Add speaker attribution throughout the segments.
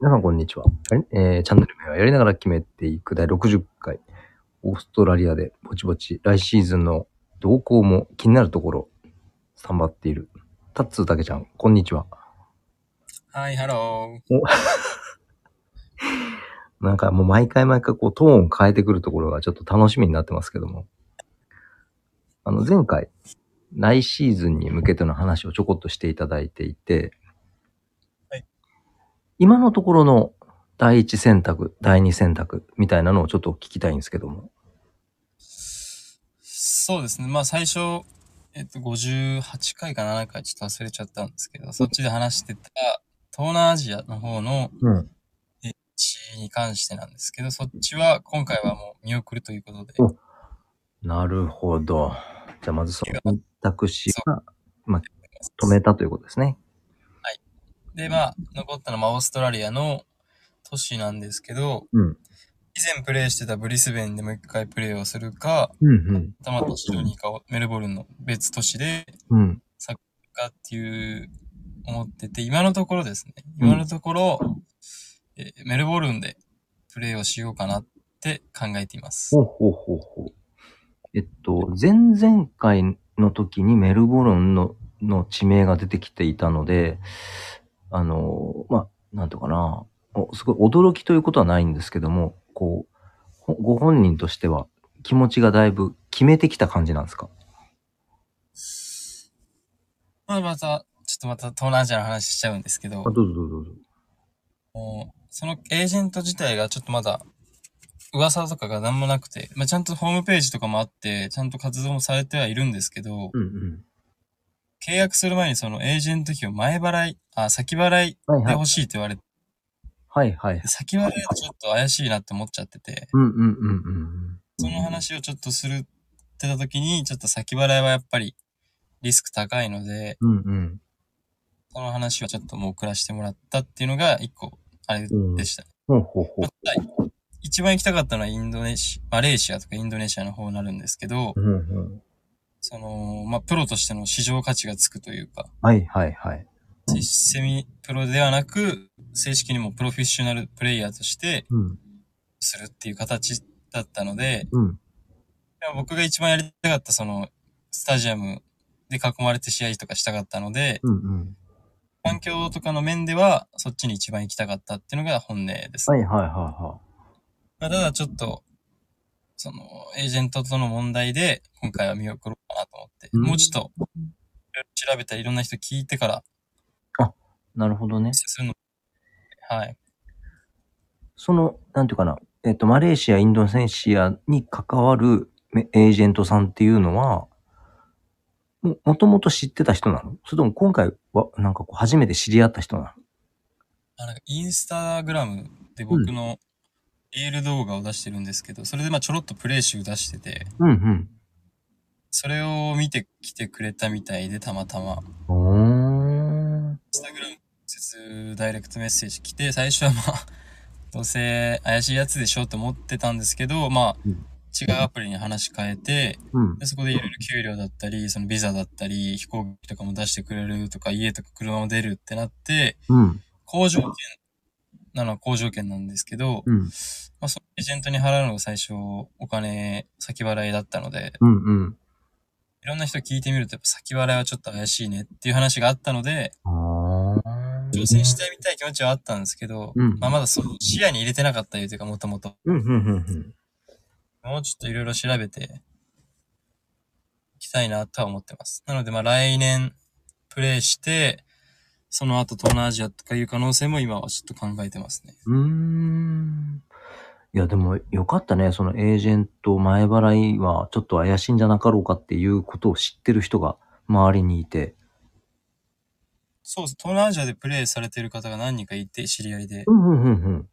Speaker 1: 皆さん、こんにちは。やりえーチャンネル名はやりながら決めていく第60回。オーストラリアでぼちぼち、来シーズンの動向も気になるところ、スタンバっている。タッツーたけちゃん、こんにちは。
Speaker 2: はい、ハロ
Speaker 1: なんかもう毎回毎回こうトーン変えてくるところがちょっと楽しみになってますけども。あの、前回、来シーズンに向けての話をちょこっとしていただいていて、
Speaker 2: はい
Speaker 1: 今のところの第一選択、第二選択みたいなのをちょっと聞きたいんですけども。
Speaker 2: ー。そうですね。まあ最初、えっと、58回か7回ちょっと忘れちゃったんですけど、そっちで話してた東南アジアの方の
Speaker 1: うん。
Speaker 2: 地に関してなんですけど、そっちは今回はもう見送るということで、
Speaker 1: おなるほど。じゃあまずその選択肢が止めたということですね。
Speaker 2: で、まあ残ったのはまあオーストラリアの都市なんですけど、
Speaker 1: うん。
Speaker 2: 以前プレイしてたブリスベンでもう一回プレイをするか、
Speaker 1: うん
Speaker 2: たまたまシドニーかメルボルンの別都市で
Speaker 1: うん。うん。
Speaker 2: かっていう思ってて、今のところですね。
Speaker 1: うん
Speaker 2: 今のところ、えーメルボルンでプレーをしようかなって考えています。
Speaker 1: ほうほうほうほう。えっと、前々回の時にメルボルンのの地名が出てきていたので、あの、まあ、なんとかな、おすごい驚きということはないんですけども、こう、ほご本人としては気持ちがだいぶ決めてきた感じなんですか
Speaker 2: まあまた、ちょっとまた東南アジアの話しちゃうんですけど、
Speaker 1: どうぞどうぞどうぞ。
Speaker 2: もうそのエージェント自体がちょっとまだ噂とかが何もなくて、まあちゃんとホームページとかもあって、ちゃんと活動もされてはいるんですけど、
Speaker 1: うんうん。
Speaker 2: 契約する前にそのエージェント費を前払い、あ、先払い
Speaker 1: はいはい。
Speaker 2: で欲しいって言われて、
Speaker 1: はいはい。
Speaker 2: 先払いはちょっと怪しいなって思っちゃってて、
Speaker 1: うんうんうんうん。
Speaker 2: その話をちょっとするってた時に、ちょっと先払いはやっぱりリスク高いので、
Speaker 1: うんうん。
Speaker 2: その話はちょっともう暮らしてもらったっていうのが一個、あれ
Speaker 1: うん
Speaker 2: でしたね。
Speaker 1: ほうほうほ
Speaker 2: まあただ一番行きたかったのはインドネシア、マレーシアとかインドネシアの方になるんですけど
Speaker 1: う。、うんうん。
Speaker 2: その、まあ、プロとしての市場価値がつくというか、
Speaker 1: はいはいはい。
Speaker 2: セセミプロではなく、正式にもうプロフェッショナルプレイヤーとして
Speaker 1: うん
Speaker 2: するっていう形だったので、
Speaker 1: うん。
Speaker 2: でも僕が一番やりたかった、その、スタジアムで囲まれて試合とかしたかったので、
Speaker 1: うんうん。
Speaker 2: 環境とかの面では、そっちに一番行きたかったっていうのが本音です。
Speaker 1: はいはいはいは
Speaker 2: まあただちょっと、その、エージェントとの問題で、今回は見送ろうかなと思って、
Speaker 1: うん
Speaker 2: もうちょっと、いろいろ調べたり、いろんな人聞いてから、
Speaker 1: い。なるほどね。
Speaker 2: するの。はい。
Speaker 1: その、なんていうかな、えっ、と、マレーシア、インドネシアに関わるめエージェントさんっていうのは、も、もともと知ってた人なのそれとも今回は、なんかこう、初めて知り合った人な
Speaker 2: あなんかインスタグラムで僕の、エール動画を出してるんですけど、それでまあちょろっとプレイ集出してて、
Speaker 1: のうん
Speaker 2: それを見てきてくれたみたいで、たまたま。
Speaker 1: うん。おー。
Speaker 2: インスタグラム直接ダイレクトメッセージ来て、最初はまあ、 どうせ怪しいやつでしょと思ってたんですけど、まあ
Speaker 1: うん、
Speaker 2: 違うアプリに話変えて、
Speaker 1: うん。
Speaker 2: でそこでいろいろ給料だったり、そのビザだったり、飛行機とかも出してくれるとか、家とか車も出るってなって、
Speaker 1: うん。
Speaker 2: 工場券なのは工場券なんですけど、
Speaker 1: うん。
Speaker 2: まあ、そのエージェントに払うのが最初お金先払いだったので、
Speaker 1: うん。うん。
Speaker 2: いろんな人聞いてみると、やっぱ先払いはちょっと怪しいねっていう話があったので、
Speaker 1: あー。
Speaker 2: 挑戦してみたい気持ちはあったんですけど、
Speaker 1: うん
Speaker 2: まあ、まだその視野に入れてなかったというか、もともと。
Speaker 1: うん。うん。うん。うん。
Speaker 2: もうちょっといろいろ調べて、いきたいなとは思ってます。なので、まあ来年、プレイして、その後東南アジアとかいう可能性も今はちょっと考えてますね。
Speaker 1: うーん。いや、でもよかったね。そのエージェント前払いはちょっと怪しいんじゃなかろうかっていうことを知ってる人が周りにいて。
Speaker 2: そうです。東南アジアでプレイされてる方が何人かいて、知り合いで。
Speaker 1: うんうんうんうん。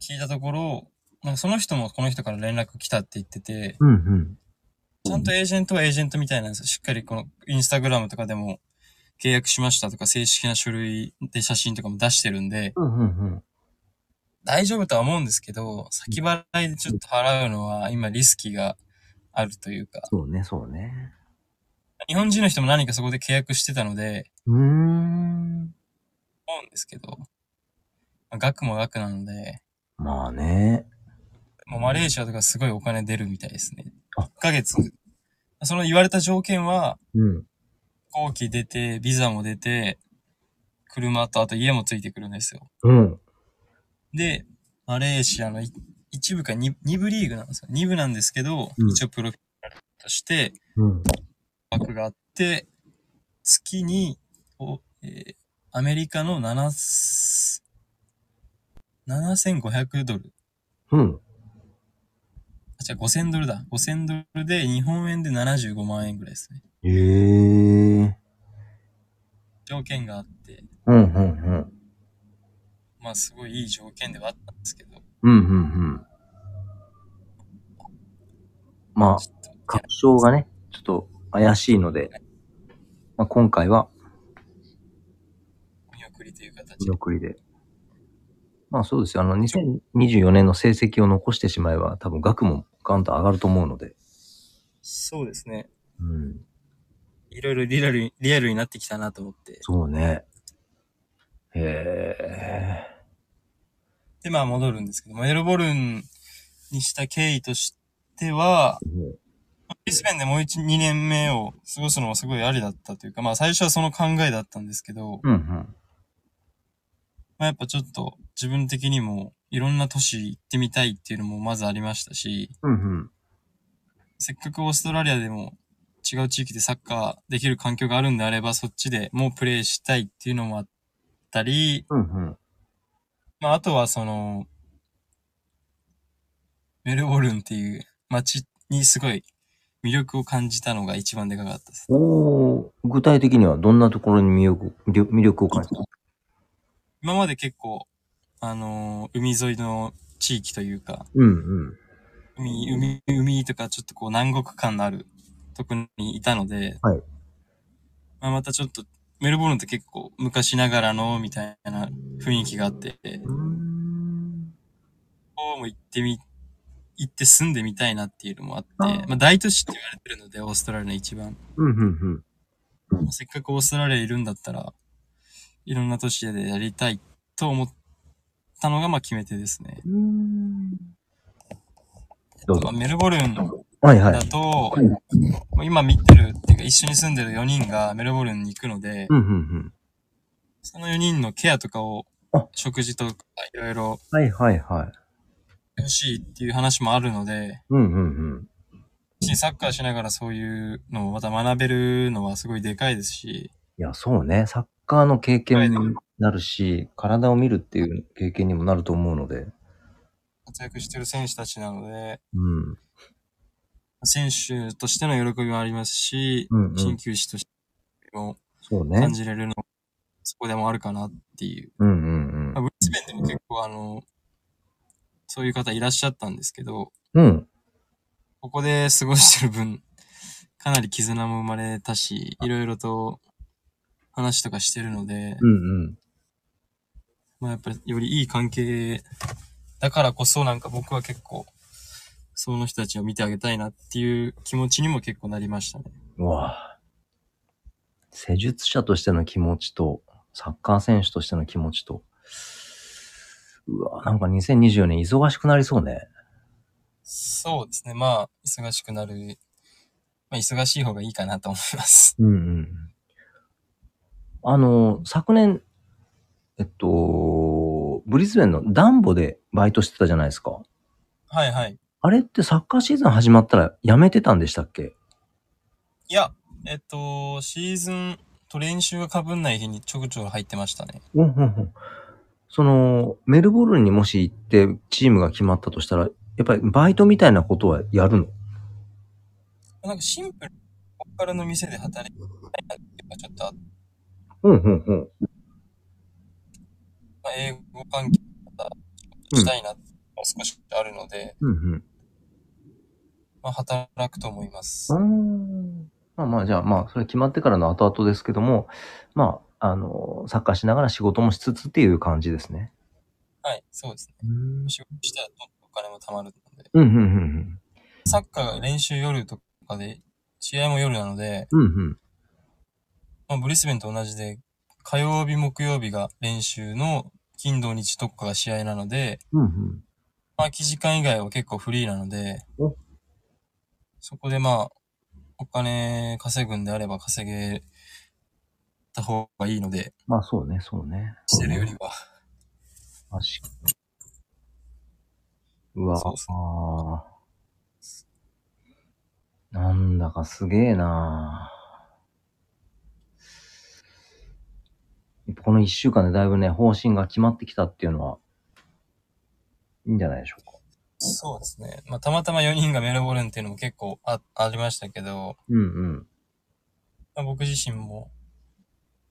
Speaker 2: 聞いたところ、なんかその人もこの人から連絡来たって言ってて、
Speaker 1: うんうん。
Speaker 2: ちゃんとエージェントはエージェントみたいなんですよ。しっかりこのインスタグラムとかでも契約しましたとか正式な書類で写真とかも出してるんで、
Speaker 1: うんうん
Speaker 2: 大丈夫とは思うんですけど、先払いでちょっと払うのは今リスキがあるというか、
Speaker 1: そうね、そうね。
Speaker 2: 日本人の人も何かそこで契約してたので、
Speaker 1: うーん。
Speaker 2: 思うんですけど、まあ額も額なので、
Speaker 1: まあね。
Speaker 2: もうマレーシアとかすごいお金出るみたいですね。
Speaker 1: あ
Speaker 2: 1ヶ月。その言われた条件は、
Speaker 1: うん。
Speaker 2: 飛行機出て、ビザも出て、車とあと家もついてくるんですよ。
Speaker 1: うん。
Speaker 2: で、マレーシアのい一部か二二部リーグなんですよ。二部なんですけど、
Speaker 1: うん
Speaker 2: 一応プロフィールとして、
Speaker 1: うん。
Speaker 2: 枠があって、月に、おえーアメリカの7す、7500ドル。
Speaker 1: うん。
Speaker 2: あ、違う、5000ドルだ。5000ドルで、日本円で75万円ぐらいですね。
Speaker 1: ええー。
Speaker 2: 条件があって、
Speaker 1: うんうんうん。
Speaker 2: まあ、すごいいい条件ではあったんですけど、
Speaker 1: うんうんうん。まあ、
Speaker 2: ちょっと、
Speaker 1: 確証がね、ちょっと怪しいので、まあ、今回は
Speaker 2: 見送りという形
Speaker 1: 見
Speaker 2: で。
Speaker 1: 送りで。まあそうですよ。あの、2024年の成績を残してしまえば、多分額もガンと上がると思うので。
Speaker 2: そうですね。
Speaker 1: うん。
Speaker 2: いろいろリアルに、リアルになってきたなと思って。
Speaker 1: そうね。へえ。
Speaker 2: で、まあ戻るんですけど、メルボルンにした経緯としては、ブリスベンでもう1、2年目を過ごすのはすごいありだったというか、まあ最初はその考えだったんですけど、
Speaker 1: うんうん。
Speaker 2: まあやっぱちょっと自分的にもいろんな都市行ってみたいっていうのもまずありましたし、
Speaker 1: うんうん。
Speaker 2: せっかくオーストラリアでも違う地域でサッカーできる環境があるんであれば、そっちでもうプレイしたいっていうのもあったり、
Speaker 1: うんうん。
Speaker 2: まあ、あとはその、メルボルンっていう街にすごい魅力を感じたのが一番でかかったです。
Speaker 1: おー具体的にはどんなところに魅力魅力魅力を感じた
Speaker 2: 今まで結構、あのー海沿いの地域というか、
Speaker 1: うんうん。
Speaker 2: 海、海、海とかちょっとこう南国感のあるとこにいたので、
Speaker 1: はい
Speaker 2: まあ、またちょっと、メルボルンって結構昔ながらのみたいな雰囲気があって、
Speaker 1: うーん。
Speaker 2: こうも行ってみ、行って住んでみたいなっていうのもあって、
Speaker 1: あー
Speaker 2: まあ大都市って言われてるので、オーストラリアの一番。
Speaker 1: うんうん
Speaker 2: せっかくオーストラリアいるんだったら、いろんな都市でやりたいと思ったのが、まあ決め手ですね。
Speaker 1: うん。どう
Speaker 2: まあ
Speaker 1: ぞ。
Speaker 2: メルボルン
Speaker 1: はいは
Speaker 2: だ
Speaker 1: い。
Speaker 2: と、もう今見てるっていうか一緒に住んでる4人がメルボルンに行くので、
Speaker 1: うんうんうん。
Speaker 2: その4人のケアとかを
Speaker 1: あ、
Speaker 2: 食事とかいろいろ
Speaker 1: はいはいはい。
Speaker 2: 欲しいっていう話もあるので、
Speaker 1: うんうん
Speaker 2: サッカーしながらそういうのをまた学べるのはすごいでかいですし、
Speaker 1: いや、そうね。サッカーの経験になるし、体を見るっていう経験にもなると思うので。
Speaker 2: 活躍してる選手たちなので、
Speaker 1: うん。
Speaker 2: 選手としての喜びもありますし、
Speaker 1: うんうん
Speaker 2: 鍼灸師としても
Speaker 1: そうね
Speaker 2: 感。じれるの、そこでもあるかなっていう。
Speaker 1: うんうん
Speaker 2: まあブリスベンでも結構あの、そういう方いらっしゃったんですけど、
Speaker 1: うん。うん。
Speaker 2: ここで過ごしてる分、かなり絆も生まれたし、いろいろと話とかしてるので、
Speaker 1: うんうん。
Speaker 2: まあやっぱりよりいい関係だからこそなんか僕は結構、その人たちを見てあげたいなっていう気持ちにも結構なりましたね。
Speaker 1: うわぁ施術者としての気持ちと、サッカー選手としての気持ちと、うわぁなんか2024年忙しくなりそうね。
Speaker 2: そうですね。まあ、忙しくなる。まあ、忙しい方がいいかなと思います。
Speaker 1: うんうん。あの、昨年、えっと、ブリスベンのダンボでバイトしてたじゃないですか。
Speaker 2: はいはい。
Speaker 1: あれってサッカーシーズン始まったらやめてたんでしたっけ
Speaker 2: いや、えっと、シーズンと練習が被んない日にちょくちょく入ってましたね。
Speaker 1: うんうんうん。その、メルボルンにもし行ってチームが決まったとしたら、やっぱりバイトみたいなことはやるの
Speaker 2: なんかシンプルに、こっからの店で働きたいなっていうか、ちょっとあ、
Speaker 1: うんうんうん。
Speaker 2: まあ、英語関係とかしたいなって、少しあるので、
Speaker 1: うん
Speaker 2: まあ、働くと思います。
Speaker 1: うん。まあまあじゃあまあ、それ決まってからの後々ですけども、まあ、あの、サッカーしながら仕事もしつつっていう感じですね。
Speaker 2: はい、そうですね。
Speaker 1: うん
Speaker 2: 仕事したらどんどんお金も貯まるので。
Speaker 1: うんうんうん
Speaker 2: サッカーが練習夜とかで、試合も夜なので、
Speaker 1: うん。うんうん。
Speaker 2: まあ、ブリスベンと同じで、火曜日、木曜日が練習の、金土日とかが試合なので、
Speaker 1: うんうん。
Speaker 2: 空き時間以外は結構フリーなので
Speaker 1: お、
Speaker 2: そこでまあ、お金稼ぐんであれば稼げた方がいいので、
Speaker 1: まあそうね、そうね。
Speaker 2: してるよりは。
Speaker 1: 確かに。うわ
Speaker 2: そうそ
Speaker 1: あーなんだかすげえなこの一週間でだいぶね、方針が決まってきたっていうのは、いいんじゃないでしょうか。
Speaker 2: そうですね。まあ、たまたま4人がメルボルンっていうのも結構あありましたけど、
Speaker 1: うんうん。
Speaker 2: まあ、僕自身も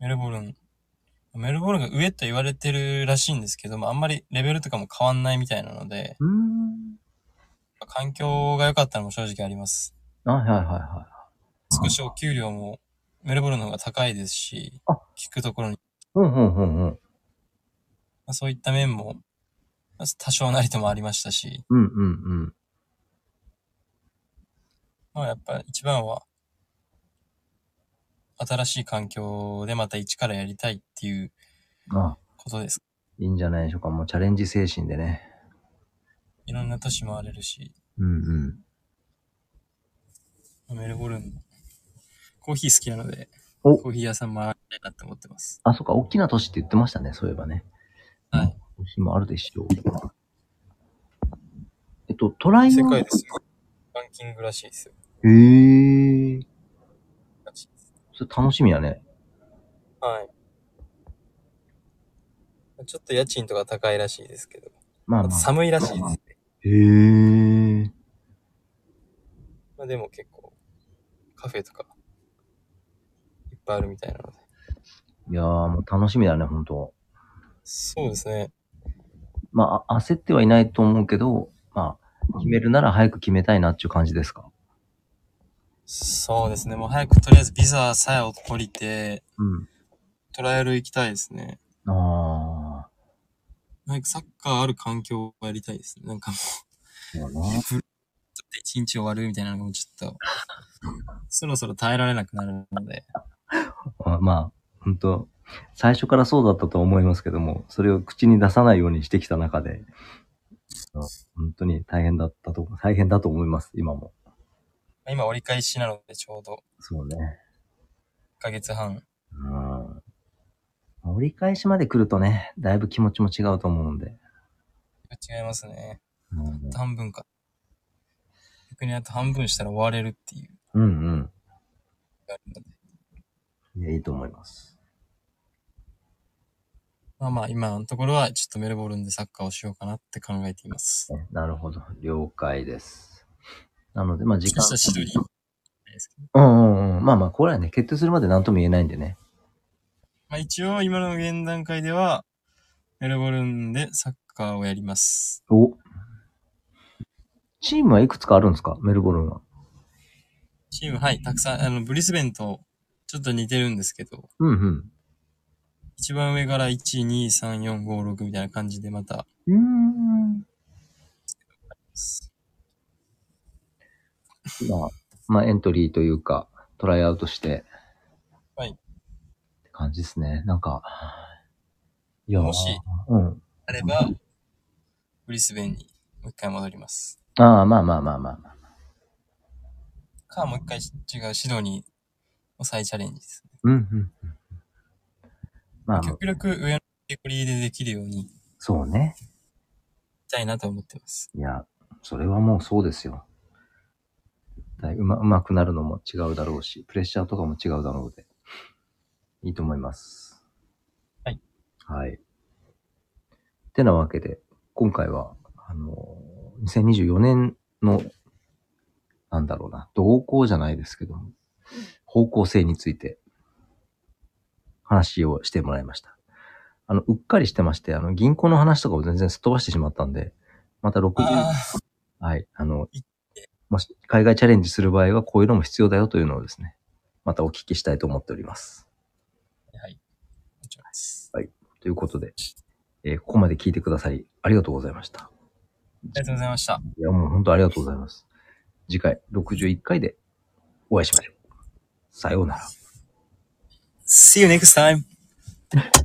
Speaker 2: メルボルン、メルボルンが上と言われてるらしいんですけど、まあ、あんまりレベルとかも変わんないみたいなので、
Speaker 1: うーん。
Speaker 2: 環境が良かったのも正直あります。
Speaker 1: あはいはいはいは
Speaker 2: 少しお給料もメルボルンの方が高いですし
Speaker 1: あ、
Speaker 2: 聞くところに、
Speaker 1: い。うんうんうんうん。
Speaker 2: まあ、そういった面もまあ多少なりともありましたし、
Speaker 1: うんうんうん。
Speaker 2: まあやっぱ一番は、新しい環境でまた一からやりたいっていう
Speaker 1: あ
Speaker 2: ことです。
Speaker 1: いいんじゃないでしょうか。もうチャレンジ精神でね。
Speaker 2: いろんな都市回れるし、
Speaker 1: うんうん。
Speaker 2: メルボルンもコーヒー好きなので、
Speaker 1: お
Speaker 2: コーヒー屋さん回りたいなって思ってます。
Speaker 1: あ、そっか、大きな都市って言ってましたね、そういえばね。
Speaker 2: はい。
Speaker 1: 年もあるでしょう。えっと、トライ
Speaker 2: 世
Speaker 1: アン
Speaker 2: 界ですごいランキングらしいですよ。
Speaker 1: へえー。
Speaker 2: らしいです
Speaker 1: それ楽しみやね。
Speaker 2: はい。ちょっと家賃とか高いらしいですけど、
Speaker 1: まあ
Speaker 2: あと
Speaker 1: まあ。
Speaker 2: 寒いらしいですね。
Speaker 1: へえー。
Speaker 2: まあでも結構、カフェとか、いっぱいあるみたいなので。
Speaker 1: いやー、もう楽しみだね、本当
Speaker 2: そうですね。
Speaker 1: まあ、あ焦ってはいないと思うけど、まあ、決めるなら早く決めたいなっていう感じですか。
Speaker 2: そうですね。もう早くとりあえずビザさえ降りて、
Speaker 1: うん。
Speaker 2: トライアル行きたいですね。
Speaker 1: ああ。
Speaker 2: 早くサッカーある環境をやりたいですね。なんかもう、
Speaker 1: そうだな。
Speaker 2: ちょっと一日終わるみたいなのがもうち ょっと、そろそろ耐えられなくなるので、
Speaker 1: あまあ、本当最初からそうだったと思いますけども、それを口に出さないようにしてきた中で、あ本当に大変だったと、大変だと思います、今も。
Speaker 2: 今折り返しなのでちょうど
Speaker 1: そうね。
Speaker 2: 1ヶ月半。
Speaker 1: うん。折り返しまで来るとね、だいぶ気持ちも違うと思うんで。
Speaker 2: 違いますね。
Speaker 1: うん
Speaker 2: 半分か。逆にあと半分したら終われるっていう
Speaker 1: うん
Speaker 2: のがあるので。
Speaker 1: うん。いや、いいと思います。
Speaker 2: まあまあ今のところはちょっとメルボルンでサッカーをしようかなって考えています。
Speaker 1: ねなるほど。了解です。なので、まあ時
Speaker 2: 明
Speaker 1: 間。
Speaker 2: 日シドニーですけど。
Speaker 1: うんうんうん。まあまあ、これはね、決定するまで何とも言えないんでね。
Speaker 2: まあ一応今の現段階では、メルボルンでサッカーをやります。
Speaker 1: おチームはいくつかあるんですかメルボルンは。
Speaker 2: チーム、はい、たくさん、あの、ブリスベンとちょっと似てるんですけど、
Speaker 1: うんうん。
Speaker 2: 一番上から1、2、3、4、5、6みたいな感じでまた、
Speaker 1: うーん。まあ、まあ、エントリーというか、トライアウトして。
Speaker 2: はい
Speaker 1: って感じですね。なんか、いやー
Speaker 2: もし
Speaker 1: うん。
Speaker 2: あれば、ブリスベンにもう一回戻ります。
Speaker 1: ああ、まあまあまあまあまあ。
Speaker 2: か、もう一回違うシドニーを再チャレンジです。
Speaker 1: うんうんうんうん。まあ、
Speaker 2: 極力上のテクリーでできるようにい
Speaker 1: そうね。
Speaker 2: たいなと思ってます。
Speaker 1: いや、それはもうそうですよ。だいうま、うまくなるのも違うだろうし、プレッシャーとかも違うだろうで、いいと思います。
Speaker 2: はい。
Speaker 1: はい。てなわけで、今回は、あの、2024年の、なんだろうな、動向じゃないですけども、方向性について、話をしてもらいました。あの、うっかりしてまして、あの、銀行の話とかを全然すっ飛ばしてしまったんで、また6時
Speaker 2: ああ、
Speaker 1: はい。あの
Speaker 2: い、
Speaker 1: もし海外チャレンジする場合はこういうのも必要だよというのをですね、またお聞きしたいと思っております。
Speaker 2: はい。もちろんです。
Speaker 1: ということで、えーここまで聞いてくださりありがとうございました。
Speaker 2: ありがとうございました。
Speaker 1: いや、もう本当ありがとうございます。次回61回でお会いしましょう。さようなら。
Speaker 2: See you next time!